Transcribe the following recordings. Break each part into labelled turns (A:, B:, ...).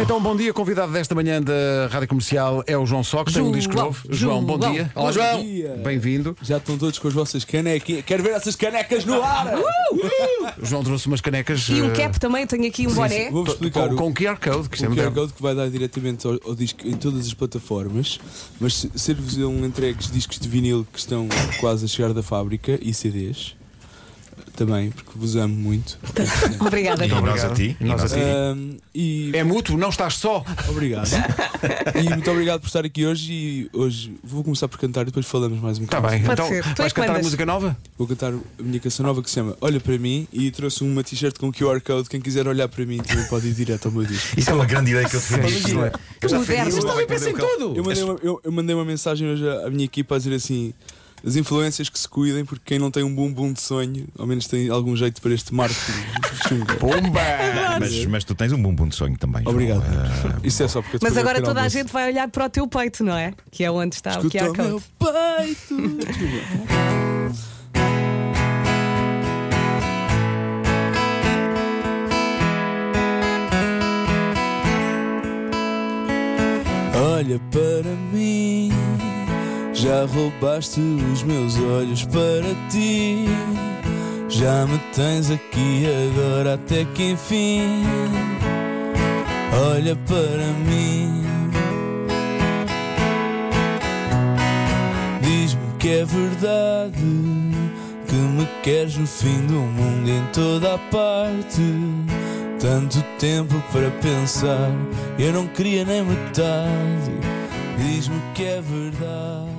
A: Então, bom dia. Convidado desta manhã da Rádio Comercial é o João Só, que tem um
B: João,
A: disco novo. João, bom
B: João.
A: dia.
B: Olá,
A: Bom
C: João.
A: dia. Bem-vindo.
C: Já estão todos com as vossas canequinhas. Quero ver essas canecas no ar!
A: O João trouxe umas canecas.
B: E um
A: eh,
B: cap também, tenho aqui um boné.
C: Vou-vos explicar
A: com,
C: o,
A: com um QR Code, que isto é
C: o QR
A: moderno.
C: Code que vai dar diretamente ao, ao disco em todas as plataformas, mas se- ser-vos um entregues discos de vinil que estão quase a chegar da fábrica e CDs também, porque vos amo muito.
B: Obrigada.
D: E nós a ti. E nós a ti.
C: Ahm, e
A: É mútuo, não estás só.
C: obrigado. e muito obrigado por estar aqui hoje. E hoje vou começar por cantar e depois falamos mais um
A: Está
C: bocado.
A: bem,
B: Pode
A: então
B: ser. Tu é
A: vais
B: que
A: cantar
B: mandas.
A: música nova?
C: Vou cantar a minha canção nova que se chama Olha para mim e trouxe uma t-shirt com QR Code. Quem quiser olhar para mim também pode ir direto ao meu disco.
D: Isso é uma grande ideia que eu te fiz.
A: Sim.
D: não é? Eu já
B: Moderno.
D: fiz isso,
B: Estava
D: eu perdi o cal-
C: Eu mandei, uma, eu- eu mandei uma mensagem hoje à à minha equipa a dizer assim: as influências que se cuidem, porque quem não tem um bumbum de sonho, ao menos tem algum jeito para este marketing. chungo.
A: Pumba!
D: Mas, mas tu tens um bumbum de sonho também. João.
C: Obrigado.
D: Ah,
C: Isso é só porque eu te
B: Mas
C: fui
B: agora
C: ver
B: toda a
C: almoço.
B: gente vai olhar para o teu peito, não é? Que é onde está
C: Escuta
B: o QR
C: o meu
B: Code.
C: peito. Olha para mim, já roubaste os meus olhos para ti. Já me tens aqui agora até que enfim. Olha para mim, Diz-me que é verdade Que me queres no fim do mundo e em toda a parte Tanto tempo para pensar Eu não queria nem metade Diz-me que é verdade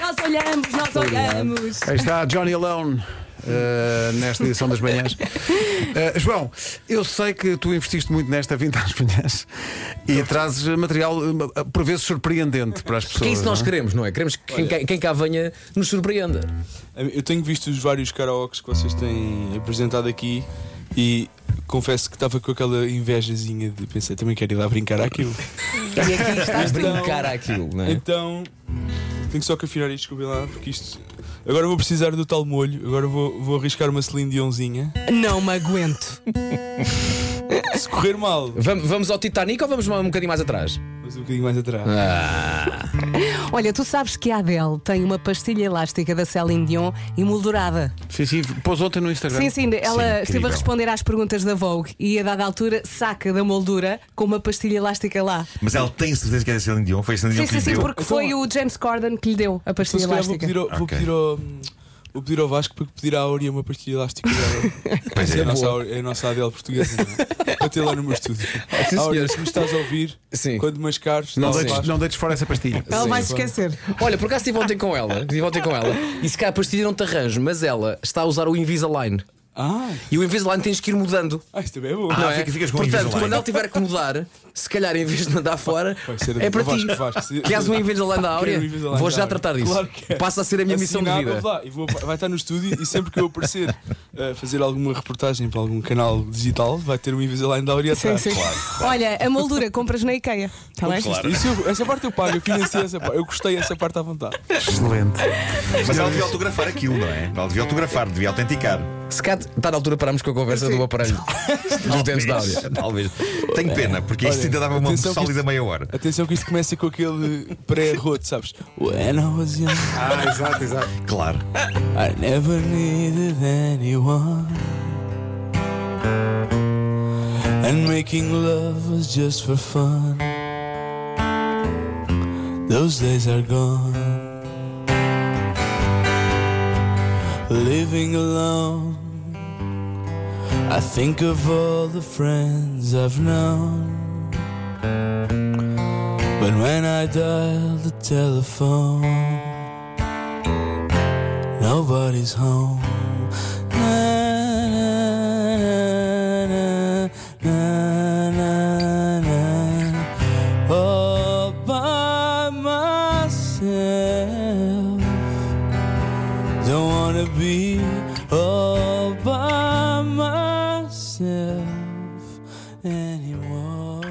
B: Nós olhamos, nós olhamos.
A: Aí está Johnny Alone. eh, nesta edição das manhãs. Eh, João, eu sei que tu investiste muito nesta vinda às manhãs e trazes eh, material eh, por vezes surpreendente para as pessoas.
E: Que é isso que nós
A: não
E: queremos, não é? Queremos que quem, quem cá venha nos surpreenda.
C: Eu tenho visto os vários karaokes que vocês têm apresentado aqui E confesso que estava com aquela invejazinha de pensar Também quero ir lá brincar àquilo
E: E aqui estás a
C: Então-
E: brincar àquilo, não é?
C: Então tenho só que afinar isto, desculpem lá, porque isto. Agora vou precisar do tal molho, agora vou, vou arriscar uma Celine Dionzinha.
B: Não me aguento.
C: Se correr mal,
E: Vamos, vamos ao Titanic ou vamos um bocadinho mais atrás?
C: mas um bocadinho mais atrás.
E: É.
C: Ah.
B: Olha, tu sabes que a Adele tem uma pastilha elástica da Celine Dion emoldurada.
A: Sim, é? sim, pôs ontem no Instagram.
B: Sim, sim, ela esteve
D: incrível.
B: a responder às perguntas da Vogue e a dada altura saca da moldura com uma pastilha elástica lá.
D: Mas ela tem certeza que é a Celine Dion. Foi a Celine Dion
B: Sim,
D: que lhe
B: sim, sim,
D: deu.
B: porque foi o James Corden que lhe deu a
C: Então,
B: pastilha
C: se calhar vou
B: elástica.
C: pedir, ao, vou
D: Ok.
C: pedir ao- vou pedir ao Vasco para que pedir à Áurea uma pastilha elástica dela.
D: Pois é.
C: é, a nossa, Áurea- é a nossa Adele portuguesa, não é? Para ter lá no meu estúdio.
E: Sim,
C: Áurea,
E: senhor.
C: se me estás a ouvir,
E: Sim.
C: quando mascares,
A: Não
C: dá ao
A: deixes,
C: Vasco.
A: não deixes fora essa pastilha.
B: Ela
E: Sim.
B: vai se esquecer.
E: Olha, por acaso estive ontem com ela. Estive ontem com ela. E se cá a pastilha não te arranjo, mas ela está a usar o Invisalign.
C: Ah,
E: E o Invisalign tens que ir mudando.
C: ah, isto também é bom.
D: Ah,
E: não é?
D: fica- ficas com o
E: Portanto,
D: Invisalign.
E: quando ela tiver que mudar, se calhar em vez de mandar fora,
C: Vai ser
E: é
C: do-
E: para
C: do
E: ti.
C: Vasco, Vasco, se-
E: Queres um Invisalign da Áurea?
C: Quero um Invisalign
E: Vou
C: da
E: já
C: Áurea.
E: tratar disso.
C: Claro que é.
E: Passa a ser a minha missão de
C: Assinado,
E: vida.
C: vou lá, e vou- vai estar no estúdio e sempre que eu aparecer a fazer alguma reportagem para algum canal digital, vai ter um Invisalign da Áurea atrás.
B: Olha, a moldura compras na IKEA. Está bem?
C: Isso eu- essa parte eu pago, eu financiei essa parte, eu gostei essa parte à vontade.
A: Excelente.
D: Mas ela devia autografar aquilo, não é? Ela devia autografar, devia autenticar.
E: Se cá está na altura pararmos com a conversa do aparelho dos dentes da Áurea.
D: Talvez. Tenho pena, porque isto
C: Olha,
D: ainda dava uma
C: atenção que
D: sólida
C: isto-
D: meia hora.
C: Atenção que isto começa com aquele pré-roto, sabes? When I was young,
A: Ah, exato, exato.
D: Claro.
C: I never needed anyone. And making love was just for fun. Those days are gone. Living alone, I think of all the friends I've known. But when I dial the telephone, Nobody's home. Na, na, na, na, na, na. All by myself. Don't wanna be all by myself anymore.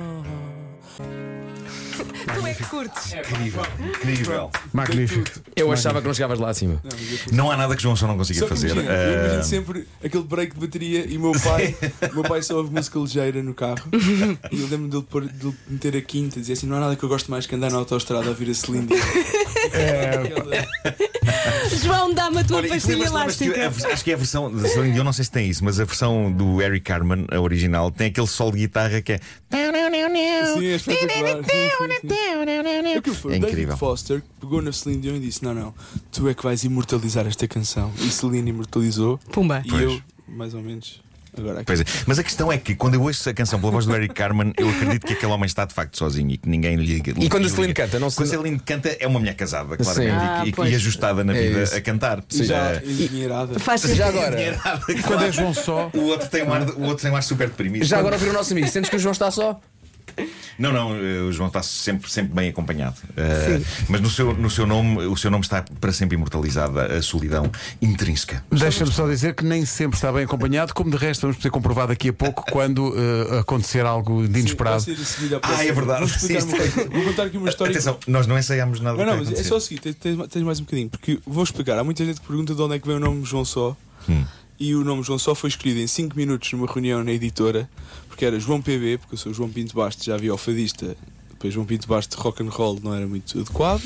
B: Tu é que curtes.
D: Incrível, incrível.
A: Magnífico.
E: Eu achava que não chegavas lá acima.
D: Não há nada que João só não consiga
C: Só que
D: fazer.
C: imagina, eu
D: Ah,
C: imagino sempre aquele break de bateria e o meu pai, o meu pai só ouve música ligeira no carro. E eu lembro dele, pôr, dele meter a quinta e dizer assim: não há nada que eu gosto mais que andar na autostrada a ouvir a Celine Dion."
D: É.
C: Aquela-
B: João, dá-me a tua
D: Olha, isso
B: pastilha
D: lembra-se- lembra-se que
B: elástica.
D: a vers- acho que é a versão da Celine Dion, não sei se tem isso, mas a versão do Eric Carmen, a original, tem aquele solo de guitarra que é.
C: Sim, é espetacular. É o que foi.
D: É
C: David
D: incrível.
C: Foster pegou na Celine Dion e disse: Não, não, tu é que vais imortalizar esta canção. E Celine imortalizou.
B: Pumba.
C: E eu, mais ou menos, agora aqui.
D: Pois é. Mas a questão é que quando eu ouço a canção pela voz do Eric Carmen, eu acredito que aquele homem está de facto sozinho e que ninguém lhe.
E: E quando a
D: lhe-
E: Celine canta, não se-
D: Quando a Celine canta, é uma mulher casada, claramente,
E: Sim.
B: Ah,
D: e- e,
B: pois.
D: e ajustada na
E: É
D: vida
E: isso.
D: a cantar.
C: E já
D: Ah,
C: endinheirada.
B: Faz
E: Já
B: sentido.
E: agora,
A: Quando é João só.
D: O outro, tem um ar, de- o outro tem um ar super deprimido.
E: já agora ouvir o nosso amigo, sentes que o João está só?
D: Não, não, eh, o João está sempre, sempre bem acompanhado. Eh, mas no seu, no seu nome, o seu nome está para sempre imortalizado a solidão intrínseca.
A: Deixa-me só dizer que nem sempre está bem acompanhado, como de resto vamos poder comprovar daqui a pouco quando eh, acontecer algo de inesperado.
C: Vai ser a seguir
D: Ah,
C: à
D: é
C: próxima.
D: verdade.
C: Vou, explicar uma coisa. Vou contar aqui uma história.
D: Atenção, nós não ensaiámos nada.
C: Não,
D: que
C: não,
D: vai
C: mas é
D: acontecer.
C: só o seguinte: tens- tens, tens mais um bocadinho, porque vou explicar. Há muita gente que pergunta de onde é que vem o nome João Só.
D: Hum.
C: E o nome João Só foi escolhido em 5 minutos numa reunião na editora, porque era João PB, porque eu sou João Pinto Bastos, já havia o fadista. Depois, João Pinto Bastos de rock and roll não era muito adequado.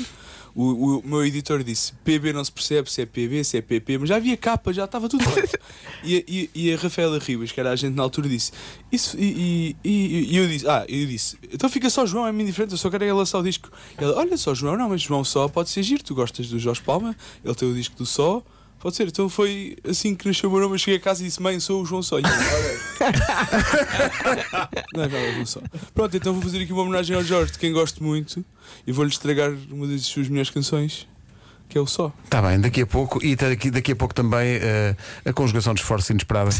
C: O, o meu editor disse: PB não se percebe se é PB, se é PP, mas já havia capa, já estava tudo feito. e, a- e, e a Rafaela Ribas, que era a gente na altura, disse: Isso. E, e, e- e eu disse: Ah, eu disse: Então fica só João, é-me indiferente, eu só quero é lançar o disco. Ela: Olha só, João, não, mas João só pode ser giro, tu gostas do Jorge Palma, ele tem o disco do Só. Pode ser, então foi assim que nasceu o meu nome. Eu cheguei a casa e disse: Mãe, sou o João Só. E ela, não é verdade, não só. Pronto, então vou fazer aqui uma homenagem ao Jorge, de quem gosto muito, e vou-lhe estragar uma das suas melhores canções, que é o Só.
A: Está bem, daqui a pouco e daqui, daqui a pouco também eh, a conjugação de esforço inesperada.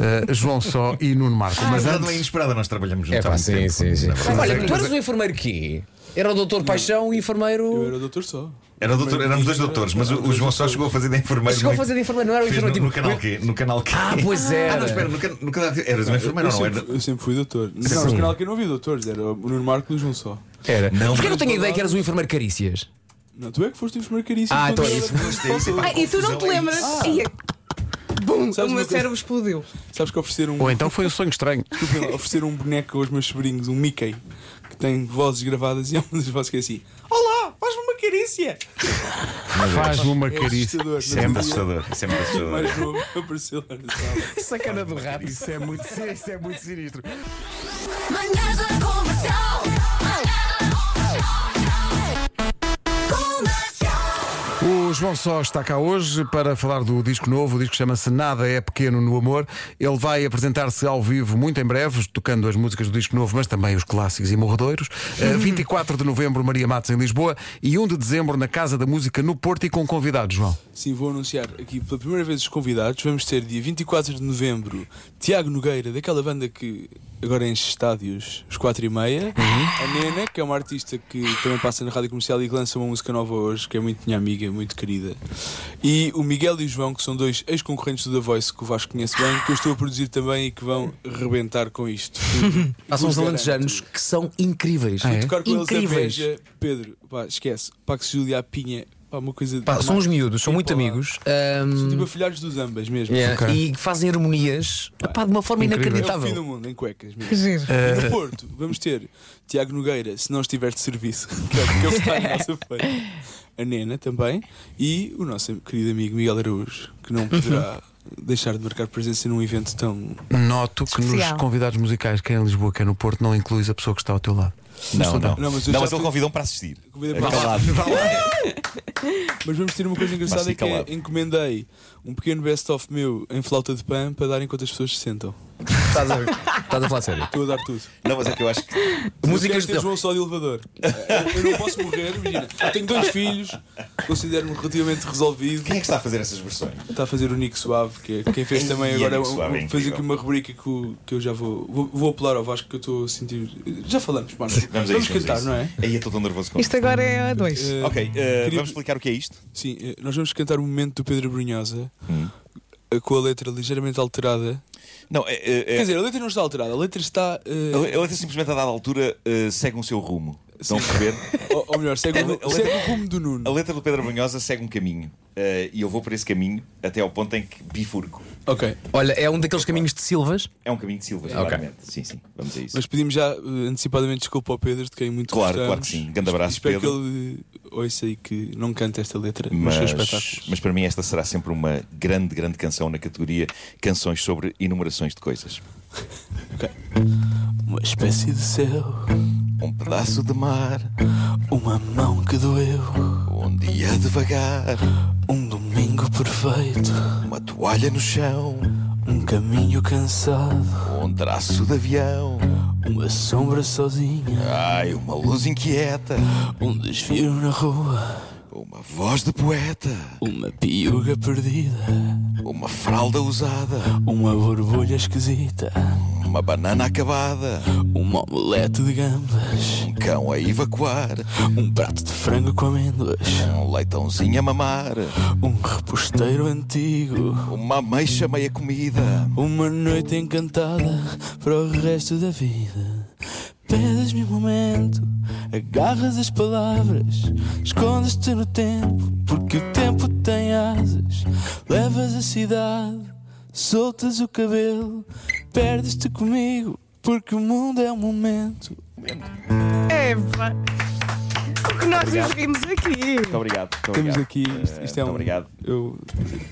A: Eh, João Só e Nuno Marco.
D: Mas
A: Mas
D: nada não é
A: antes.
D: inesperada, nós trabalhamos juntos
E: É
D: há
E: pá,
D: muito
E: sim,
D: tempo.
E: sim, sim.
D: Na verdade.
E: Olha, tu eras o enfermeiro quê? Era o doutor Paixão e
C: Eu
E: enfermeiro.
C: era o Doutor Só.
D: Era doutor, éramos dois doutores, mas o, o João só chegou a fazer de enfermeiro.
E: Chegou a
D: no-
E: fazer de enfermeiro, não era o
D: fez
E: enfermeiro
D: no, no
E: tipo-
D: canal Q. No canal Q.
E: Ah, pois era.
D: Ah, não, espera, no, can- no canal Q. Eras um enfermeiro
C: eu,
D: ou não
C: sempre,
D: era?
C: eu sempre fui doutor. Não, no canal que eu não havia doutores, era o Nuno Marco e o João Só.
E: Era.
D: Não.
E: Porquê que eu tenho a ideia que eras o enfermeiro Carícias?
C: Não, tu é que foste o primeiro caríssimo.
E: Ah, então é
C: quando eu
E: isso.
C: era- Faltou.
B: Ah, e tu não te
D: Confusão é
B: lembras? Ai, é- Bum,
C: Sabes
B: o
C: uma
B: meu
C: coisa?
B: cérebro explodiu.
C: Sabes que ofereceram um,
A: Ou então foi um sonho estranho.
C: desculpem lá, ofereceram um boneco aos meus sobrinhos, um Mickey, que tem vozes gravadas, e há uma das vozes que é assim: Olá, faz-me uma carícia!
A: Faz-me uma carícia.
C: Assustador, um
D: Isso é muito assustador. Isso é muito assustador.
C: Mais novo, apareceu lá na sala.
E: Sacana do rato.
A: Isso é muito, isso é muito sinistro.
F: Manhãs da Comercial. Manhãs da Comercial.
A: O João Só está cá hoje para falar do disco novo. O disco chama-se Nada é Pequeno no Amor. Ele vai apresentar-se ao vivo muito em breve, tocando as músicas do disco novo, mas também os clássicos e morredouros. Eh, 24 de novembro, Maria Matos, em Lisboa. E 1 de dezembro, na Casa da Música, no Porto e com convidados, João.
C: Sim, vou anunciar aqui pela primeira vez os convidados. Vamos ter dia 24 de novembro Tiago Nogueira, daquela banda que agora enche estádios, os 4 e
E: Uhum.
C: meia. A Nena, que é uma artista que também passa na rádio comercial e que lança uma música nova hoje, que é muito minha amiga, muito querida. E o Miguel e o João, que são dois ex-concorrentes do The Voice que o Vasco conhece bem, que eu estou a produzir também e que vão rebentar com isto.
E: Há são
C: Vos
E: os
C: garanto.
E: alentejanos que são incríveis.
A: Ah, é?
C: Tocar com
E: Incríveis.
C: eles é a Beja, Pedro, pá, esquece. Pax Julia, a Pinha, pá, uma coisa.
E: Pá, são uns miúdos, são
C: Tipo,
E: muito
C: lá,
E: amigos.
C: São
E: ahm,
C: tipo afilhados dos ambas mesmo.
E: Hum. yeah, Tá E que fazem harmonias epá, de uma forma
A: Incrível.
C: É o fim do
E: inacreditável.
C: mundo, em cuecas mesmo.
B: Que giro.
C: E no Porto, vamos ter Tiago Nogueira, se não estiver de serviço, que é o que ele está na nossa feira. A Nena também. E o nosso querido amigo Miguel Araújo, que não poderá deixar de marcar presença num evento tão.
A: Noto que nos
B: Especial.
A: convidados musicais, quer em Lisboa, quer no Porto, não incluis a pessoa que está ao teu lado.
D: Não, não.
C: Não,
D: Não, mas
C: mas eu já
D: ele
C: fui-
D: convidou-me para assistir.
C: Convidei para-
D: Calado.
C: Mas vamos ter uma coisa engraçada
D: Mas
C: que
D: fica
C: é,
D: lá.
C: encomendei um pequeno best-of meu em flauta de pan para dar enquanto as pessoas se sentam.
E: Estás a, estás a falar sério.
C: Estou a dar tudo.
D: Não, mas é que eu acho que.
E: Músicas
C: Músicas de João só de elevador. Eu não posso morrer, imagina. Eu tenho dois filhos, considero-me relativamente resolvido.
D: Quem é que está a fazer essas versões?
C: Está a fazer o Nico Suave, que é quem fez
D: Ei,
C: também
D: é
C: agora.
D: Nico Suave, é
C: vou fazer
D: incrível.
C: aqui uma rubrica que, o- que eu já vou, vou. vou apelar ao Vasco que eu estou a sentir. Já falamos, Marcos.
D: Vamos a isso.
C: cantar,
D: a isso.
C: não é?
D: Aí eu estou tão nervoso com
B: Isto agora é a dois.
C: Eh,
D: Ok, eh,
C: queria-
D: vamos explicar o que é isto?
C: Sim, eh, nós vamos cantar o momento do Pedro Brunhosa
D: Hum.
C: eh, com a letra ligeiramente alterada.
D: Não, é. é, é-
C: Quer dizer, a letra não está alterada, a letra está. eh,
D: a letra simplesmente a dada altura eh, segue o seu rumo. Estão a perceber?
C: Ou, ou melhor, segue
D: A
C: o,
D: letra-
C: segue o rumo do
D: A
C: Nuno.
D: letra do Pedro Brunhosa segue um caminho eh, e eu vou por esse caminho até ao ponto em que bifurco.
C: Ok.
E: Olha, é um daqueles caminhos de Silvas.
D: É um caminho de Silvas, claramente. Sim, sim, vamos a isso.
C: Mas pedimos já eh, antecipadamente desculpa ao Pedro, de quem muito
D: Claro,
C: gostamos.
D: claro que sim. Grande abraço,
C: Espero
D: Pedro.
C: que ele eh, ouça e que não cante esta letra nos seus
D: Mas,
C: espetáculos.
D: mas para mim esta será sempre uma grande, grande canção na categoria Canções sobre enumerações de coisas.
C: Uma espécie de céu,
D: Um pedaço de mar,
C: uma mão que doeu,
D: um dia devagar,
C: um domingo perfeito,
D: uma toalha no chão,
C: um caminho cansado,
D: um traço de avião,
C: uma sombra sozinha,
D: ai, uma luz inquieta,
C: um desvio na rua,
D: uma voz de poeta,
C: uma piuga perdida,
D: uma fralda usada,
C: uma borbulha esquisita,
D: uma banana acabada,
C: um omelete de gambas,
D: um cão a evacuar,
C: um prato de frango com amêndoas.
D: um leitãozinho a mamar,
C: Um reposteiro antigo,
D: uma ameixa meia comida.
C: uma noite encantada para o resto da vida. Pedes-me um momento, agarras as palavras, escondes-te no tempo, porque o tempo tem asas. Levas a cidade, soltas o cabelo, perdes-te comigo, porque o mundo é um momento.
B: É, pá. O que nós nos vimos aqui.
D: Muito obrigado. muito
C: Temos
D: obrigado.
C: aqui, isto,
D: Eh,
C: isto é um.
D: muito Obrigado.
C: Eu,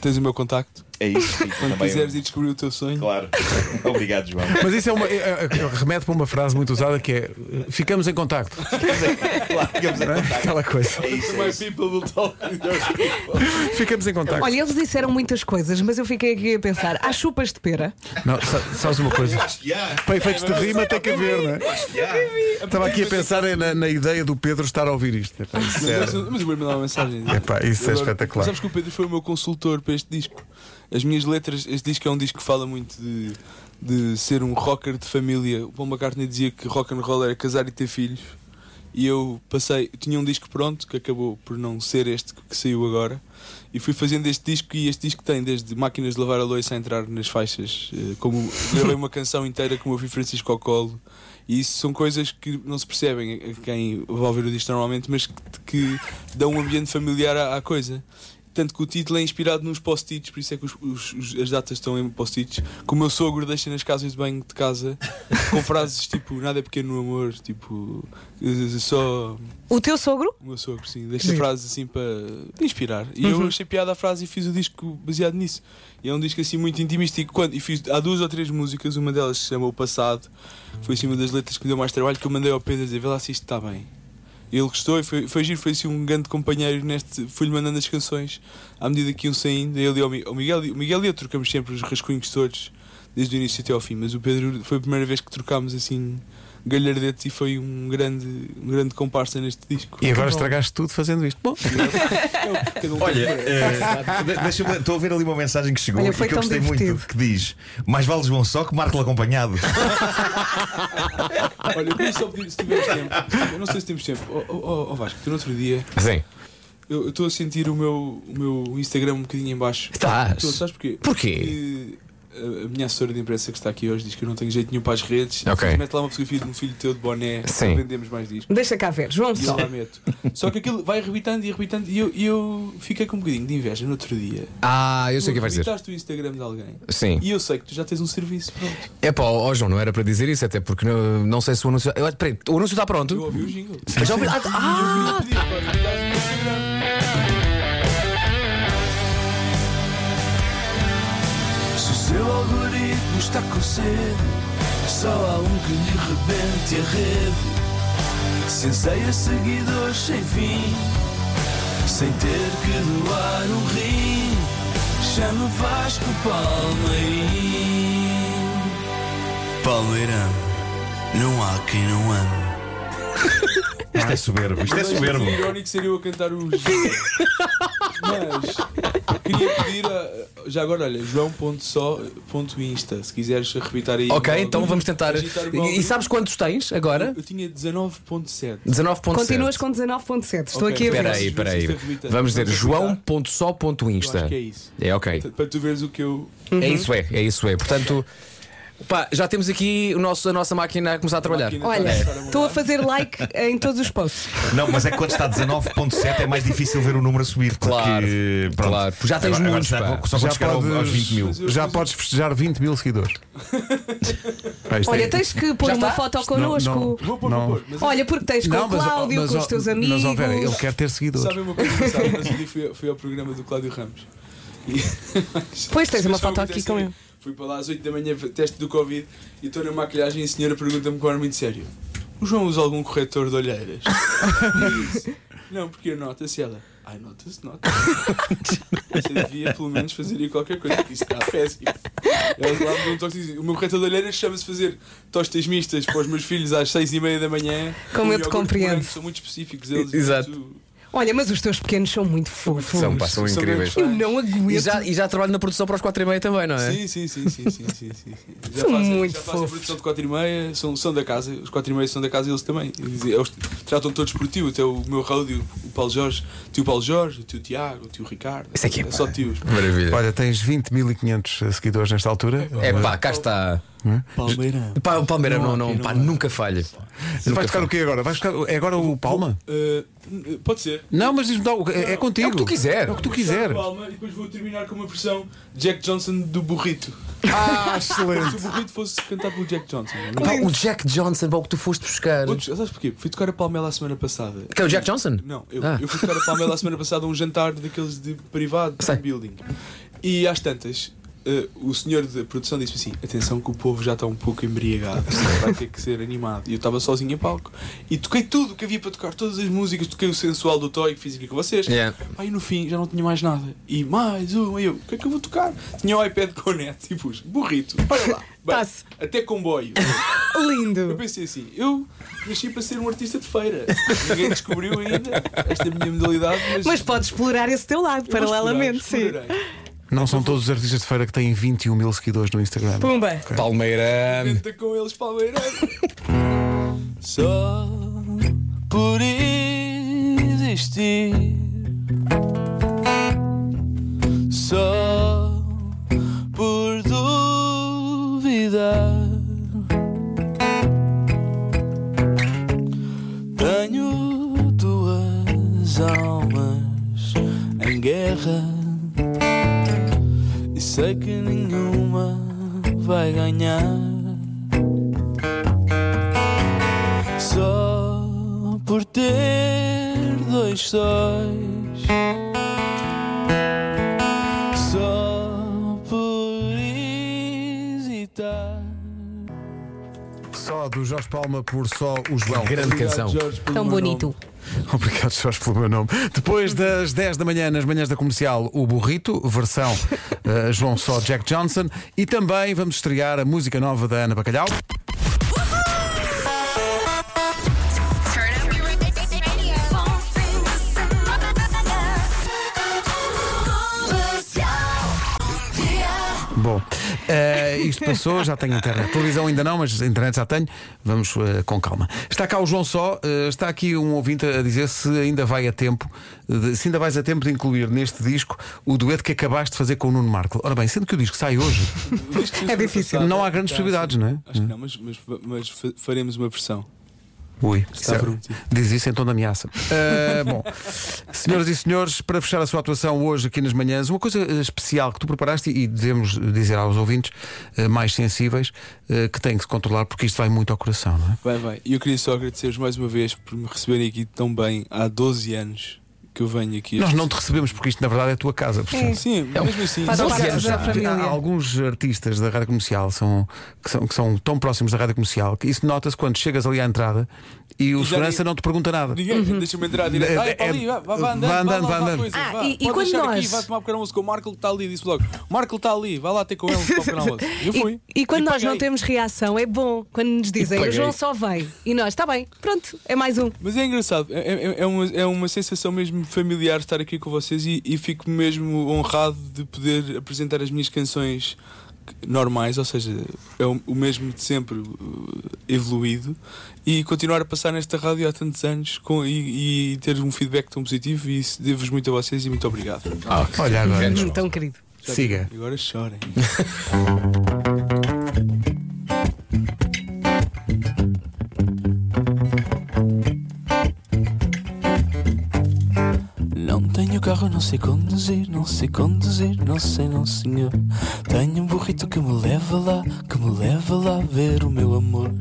C: tens o meu contacto.
D: É isso. fico
C: Quando
D: também- um-
C: quiseres ir descobrir o teu sonho.
D: Claro. obrigado, João.
A: Mas isso é uma. é- é- é- remete para uma frase muito usada que é eh, ficamos em contacto.
D: Claro, ficamos em contacto.
A: Aquela coisa.
D: É isso. É isso.
A: Ficamos em contacto.
B: Olha, eles disseram muitas coisas, mas eu fiquei aqui a pensar: há chupas de pera?
A: Não, sa- sabes uma coisa?
D: Yeah.
A: Para efeitos de rima tem que haver, não é? Estava aqui a pensar é na, na ideia do Pedro estar a ouvir isto. Epá, isso é-
C: Mas, mas eu vou mandar uma mensagem.
A: Epá, isso é
C: Agora,
A: espetacular.
C: Sabes que o Pedro foi o meu consultor para este disco. As minhas letras, este disco é um disco que fala muito de, de ser um rocker de família. O Paul McCartney dizia que rock and roll era casar e ter filhos. E eu passei, tinha um disco pronto que acabou por não ser este que saiu agora. E fui fazendo este disco e este disco tem desde máquinas de lavar a louça a entrar nas faixas, eh, como gravei uma canção inteira com o meu filho Francisco ao colo. E isso são coisas que não se percebem a quem vai ouvir o disco normalmente, mas que, que dão um ambiente familiar à, à coisa. Tanto que o título é inspirado nos post-its, por isso é que os- os- os- as datas estão em post-its. Como eu sogro deixa nas casas de banho de casa com frases tipo nada é pequeno no amor, tipo eh, só
B: O teu sogro?
C: o meu sogro, sim, deixa frases assim para para inspirar. E eu achei piada a frase e fiz o disco baseado nisso. E é um disco assim muito intimista. E, quando, e fiz, há duas ou três músicas, uma delas se chama O Passado, que foi assim uma das letras que me deu mais trabalho, que eu mandei ao Pedro dizer: vê lá se isto está bem. E ele gostou e foi, foi giro, foi assim um grande companheiro neste. Fui-lhe mandando as canções à medida que iam saindo. Ele e ao, Mi- ao Miguel, e- o Miguel e eu trocamos sempre os rascunhos todos, desde o início até ao fim, mas o Pedro foi a primeira vez que trocámos assim galhardetes e foi um grande, um grande comparsa neste disco.
A: E agora
C: Que bom.
A: estragaste tudo fazendo isto. Bom,
C: um
D: Olha, eh, de- deixa-me. Estou a ver ali uma mensagem que chegou
B: Olha,
D: e
B: foi
D: que eu
B: tão
D: gostei
B: divertido.
D: muito. Que diz: Mais vale João só que Marco acompanhado.
C: Olha, eu queria só pedir se tivermos tempo. Eu não sei se temos tempo. Ó oh, Vasco, tu no outro dia.
E: Sim.
C: Eu eu estou a sentir o meu, o meu Instagram um bocadinho em baixo.
E: Estás?
C: Estou, sabes porquê?
E: Porquê?
C: Porque a, a minha assessora de imprensa que está aqui hoje diz que eu não tenho jeito nenhum para as redes.
E: Ok.
C: Mete lá uma fotografia de um filho teu de boné.
E: Sim.
C: Vendemos mais discos.
B: Deixa cá ver, João
C: E eu
B: Sol.
C: lá meto. Só que aquilo vai arrebitando e arrebitando. E eu, e eu fiquei com um bocadinho de inveja no outro dia.
E: Ah, eu sei o
C: Tu
E: que vai dizer.
C: arrebitaste o Instagram de alguém.
E: Sim.
C: E eu sei que tu já tens um serviço pronto.
E: É pá, ó ó, João, não era para dizer isso, até porque não, não sei se o anúncio. Eu, peraí, o anúncio está
C: Eu
E: pronto.
C: ouvi o jingle.
E: Já ouvi- Ah,
C: Eu pedi para arrebitares o meu Instagram. Se o seu algoritmo está com sede, só há um que lhe rebente a rede. Sem ceia seguidores sem fim, sem ter que doar um rim. Chama o Vasco Palmeirim. Palmeirão, não há quem não ame.
D: Isto é soberbo. Isto é soberbo.
C: Irónico seria eu a cantar os. Mas queria pedir a, já agora, olha, joão.só.insta, se quiseres repitar aí.
E: ah. Ok,
C: o meu
E: então
C: algoritmo,
E: vamos tentar.
C: agitar o meu
E: E, e sabes quantos tens agora?
C: Eu tinha 19.7.
E: 19.7.
B: Continuas com 19,7. Estou
C: Ok.
B: aqui a ver.
E: Espera aí, espera aí. Vamos dizer
C: Eu acho
E: joão.só.insta.
C: que é isso.
E: É ok.
B: Uhum.
C: Para tu veres o que eu.
E: É isso é, é isso é. Portanto, Pá, já temos aqui o nosso, a nossa máquina a começar a trabalhar.
C: máquina.
B: Olha,
C: É.
B: estou a fazer like em todos os posts.
D: Não, mas é que quando está 19.7 é mais difícil ver o número a subir. porque,
E: Claro,
D: pronto.
E: claro. Já tens
D: agora,
E: muitos,
D: agora,
E: pá.
D: Só
A: Já
D: quando chegar ao-
A: podes-
D: aos 20 mil.
A: Já podes festejar 20 mil seguidores. Pá, isto
B: Olha,
A: é-
B: tens que pôr
E: Já
B: uma
E: está?
B: foto
A: Não,
B: connosco.
A: não,
C: Vou pôr,
A: não.
C: vou pôr. Mas
B: Olha, porque tens
A: Não,
B: com o
A: mas,
B: Cláudio,
A: mas,
B: com os teus
A: mas,
B: amigos.
A: ó, Vera, ele quer ter seguidores.
C: Sabe uma coisa que sabe? Mas um dia fui, fui ao programa do Cláudio Ramos. E-
B: Pois, tens uma
C: Mas foi
B: foto
C: muito
B: aqui
C: a
B: com
C: sério.
B: ele.
C: Fui para lá às 8 da manhã, teste do Covid, e estou na maquilhagem e a senhora pergunta-me com ar muito sério: O João usa algum corretor de olheiras? E eu disse, Não, porque eu noto-se ela. Ai, nota-se, nota Você devia pelo menos fazer aí qualquer coisa, porque isso está péssimo. Ela lá me deu um toque e diz, O meu corretor de olheiras chama-se fazer tostas mistas para os meus filhos às 6 e meia da manhã.
B: Como
C: Um
B: eu te
C: iogurte
B: compreendo.
C: branco, São muito específicos eles. e
E: Exato.
C: muito-
B: Olha, mas os teus pequenos são muito fofos.
E: São, pá, são
C: São
E: incríveis.
B: Eu não aguento.
E: E já, e já trabalho na produção para os 4 e meia também, não é?
C: Sim, sim, sim, sim, sim, sim, sim. Já
B: São
C: fazem,
B: muito
C: já fazem
B: fofos.
C: produção de 4 e meia, são, são da casa, os 4 e meia são da casa e eles também. Eles- eles tratam todos por ti, até o meu rádio, o Paulo Jorge, o tio Paulo Jorge, o tio Tiago, o tio Ricardo.
E: Isso aqui é
C: é só tios.
E: Maravilha.
A: Olha, tens 20.500 eh, seguidores nesta altura.
E: É pá, cá está.
C: Palmeirão.
E: Pá, o Palmeira não, não, pá, nunca falha.
A: Vai tocar o quê agora? Vais tocar- é agora o Palma?
C: Eh, pode ser.
A: Não, mas diz-me, não, é, é contigo.
E: É o que tu quiser.
A: É o que tu
C: Só
A: quiser.
C: o Palma, e depois vou terminar com uma versão Jack Johnson do burrito.
A: Ah, excelente.
C: Se o burrito fosse cantar pelo Jack Johnson. não é?
E: Pá, o Jack Johnson, pá, o que tu foste buscar.
C: Outros- Sabes porquê? Fui tocar a Palmela a semana passada.
E: Que é o Jack Johnson?
C: Não, eu,
E: Ah.
C: eu fui tocar a Palmela a semana passada a um jantar daqueles de privado,
E: Sei.
C: de building. E às tantas, eh, o senhor da produção disse assim: atenção que o povo já está um pouco embriagado, assim, vai ter que ser animado. E eu estava sozinho em palco e toquei tudo o que havia para tocar, todas as músicas, toquei o sensual do Toy que fiz aqui com vocês.
E: Yeah.
C: Aí no fim já não tinha mais nada. E mais um, e eu, o que é que eu vou tocar? Tinha o iPad com a net e pus, burrito, olha lá, bem,
B: Passe.
C: até comboio. Eu
B: Lindo.
C: pensei assim, eu nasci para ser um artista de feira. Ninguém descobriu ainda esta minha modalidade, mas.
B: Mas podes explorar esse teu lado,
C: eu vou
B: paralelamente, sim.
C: explorar, explorarei.
A: Não são todos os artistas de feira que têm 21 mil seguidores no Instagram.
B: Pumba.
E: Palmeira.
C: Canta com eles palmeiras. Só por existir. Só por duvidar. Tenho duas almas em guerra e sei que nenhuma vai ganhar. Só por ter dois sóis, só por hesitar.
A: Só do Jorge Palma por só o João.
E: Grande canção.
B: Tão bonito.
A: Obrigado, Jorge, pelo meu nome. Depois das 10 da manhã, nas manhãs da comercial, o Burrito, versão eh, João Só Jack Johnson. E também vamos estrear a música nova da Ana Bacalhau.
F: Turn up your radio. Won't sing the song.
A: Bom, eh, isto passou, já tenho internet. Televisão ainda não, mas internet já tenho. Vamos eh, com calma. Está cá o João Só, eh, está aqui um ouvinte a dizer se ainda vai a tempo, de- se ainda vais a tempo de incluir neste disco o dueto que acabaste de fazer com o Nuno Marco. Ora bem, sendo que o disco sai hoje,
B: É difícil.
A: não há grandes possibilidades, não é?
C: Acho que não, mas, mas, mas fa- faremos uma versão.
A: Ui,
C: Está
A: isso é-
C: prometido.
A: diz isso em tom de ameaça. Ah, bom, senhoras e senhores, para fechar a sua atuação hoje aqui nas manhãs, uma coisa eh, especial que tu preparaste e devemos dizer aos ouvintes eh, mais sensíveis eh, que têm que se controlar porque isto vai muito ao coração, não é?
C: Vai, vai. E eu queria só agradecer-vos mais uma vez por me receberem aqui tão bem há 12 anos que eu venho aqui.
A: Nós não te recebemos porque isto na verdade é a tua casa. portanto.
C: Sim, mesmo assim.
B: É um Faz
E: Doze
B: parte
E: anos
B: da
E: já.
B: família.
A: Há alguns artistas da rádio comercial são, que, são, que são tão próximos da rádio comercial que isso nota-se quando chegas ali à entrada e o
C: E já
A: segurança
C: nem-
A: não te pergunta nada.
C: Ninguém,
B: Uhum.
C: deixa-me entrar direto. Ah, é para ali, vai, vai, vai andando, vai andando, vai andando. Coisa,
B: Ah,
C: vá.
B: e- e
C: Pode
B: quando
C: deixar
B: nós-
C: Aqui, vai tomar um pequeno almoço com o Marco que está ali, disse logo. Marco está ali, vai lá ter com ele para o pequeno almoço. Eu fui.
B: E, e quando nós
C: paguei.
B: não temos reação, é bom quando nos dizem o
E: paguei.
B: João só vem e nós, está bem, pronto, é mais um.
C: Mas é engraçado, é, é- é uma, é uma sensação mesmo familiar estar aqui com vocês e, e fico mesmo honrado de poder apresentar as minhas canções normais, ou seja, é o, o mesmo de sempre uh, evoluído e continuar a passar nesta rádio há tantos anos com, e, e ter um feedback tão positivo e isso devo-vos muito a vocês e muito obrigado.
A: Olha
B: Hum,
A: agora,
B: Tão querido.
A: siga.
C: Agora chorem. não sei conduzir, não sei conduzir, não sei não senhor. Tenho um burrito que me leva lá, que me leva lá ver o meu amor.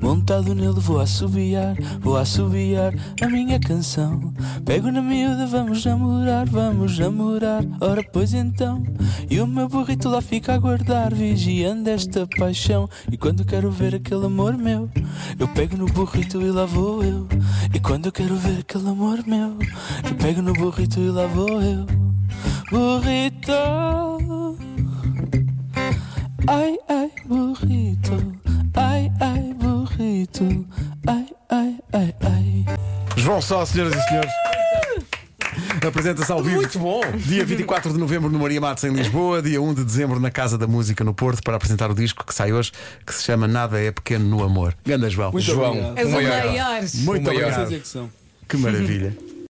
C: Montado nele vou assobiar, vou assobiar a minha canção. Pego na miúda, vamos namorar, vamos namorar, ora pois então. E o meu burrito lá fica a guardar, vigiando esta paixão. E quando quero ver aquele amor meu, eu pego no burrito e lá vou eu. E quando eu quero ver aquele amor meu, eu pego no burrito e lá vou eu. Burrito, ai ai burrito, ai ai burrito, ai ai ai ai.
A: João Só, senhoras e senhores. Apresenta-se ao vivo. Muito bom! Dia 24 de novembro no Maria Matos, em Lisboa. Dia 1 de dezembro na Casa da Música, no Porto, para apresentar o disco que sai hoje, que se chama Nada é Pequeno no Amor. Ganda, João.
E: João,
C: obrigado.
B: És o
E: Um maior.
B: maior.
A: Muito
E: O maior.
A: obrigado.
C: que são.
A: Que maravilha.